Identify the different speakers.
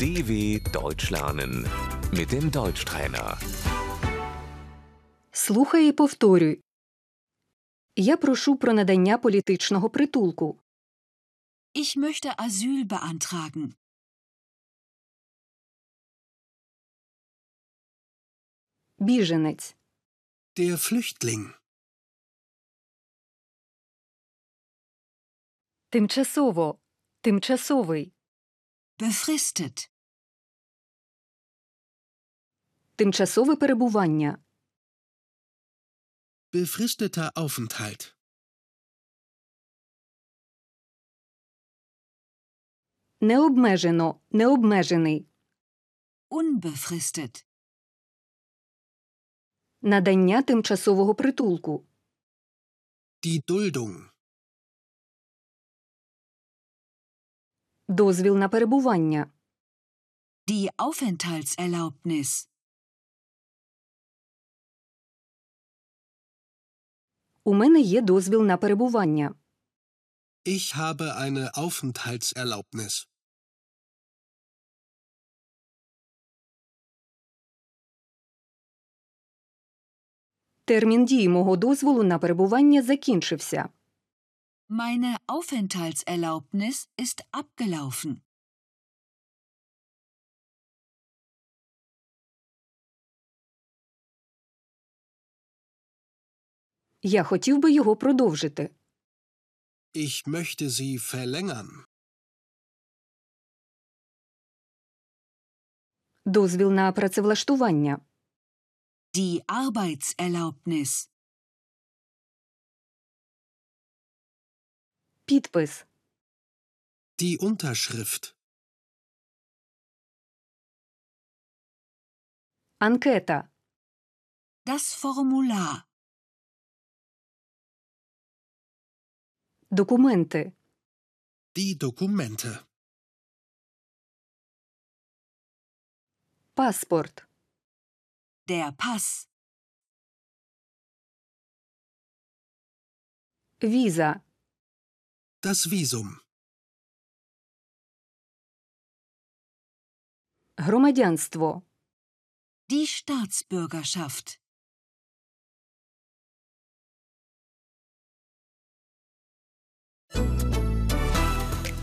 Speaker 1: DW Deutsch lernen mit dem Deutschtrainer.
Speaker 2: Слухай і повторюй. Я прошу про надання політичного притулку.
Speaker 3: Ich möchte Asyl beantragen.
Speaker 2: Біженець.
Speaker 4: Der Flüchtling.
Speaker 2: Тимчасово. Тимчасовий.
Speaker 3: Befristet.
Speaker 2: Тимчасове перебування.
Speaker 4: Befristeter Aufenthalt.
Speaker 2: Необмежено. Необмежений.
Speaker 3: Unbefristet.
Speaker 2: Надання тимчасового притулку.
Speaker 4: Die Duldung.
Speaker 2: Дозвіл на перебування.
Speaker 3: Die Aufenthaltserlaubnis.
Speaker 2: У мене є дозвіл на перебування.
Speaker 4: Ich habe eine Aufenthaltserlaubnis.
Speaker 2: Термін дії мого дозволу на перебування закінчився.
Speaker 3: Meine Aufenthaltserlaubnis ist abgelaufen.
Speaker 2: Я хотів би його продовжити.
Speaker 4: Ich möchte sie verlängern.
Speaker 2: Дозвіл на працевлаштування.
Speaker 3: Die Arbeitserlaubnis.
Speaker 2: Підпис.
Speaker 4: Die Unterschrift.
Speaker 2: Анкета.
Speaker 3: Das Formular.
Speaker 2: Документи.
Speaker 4: Die Dokumente.
Speaker 2: Паспорт.
Speaker 3: Der Pass.
Speaker 2: Віза.
Speaker 4: Das Visum.
Speaker 2: Громадянство.
Speaker 3: Die Staatsbürgerschaft.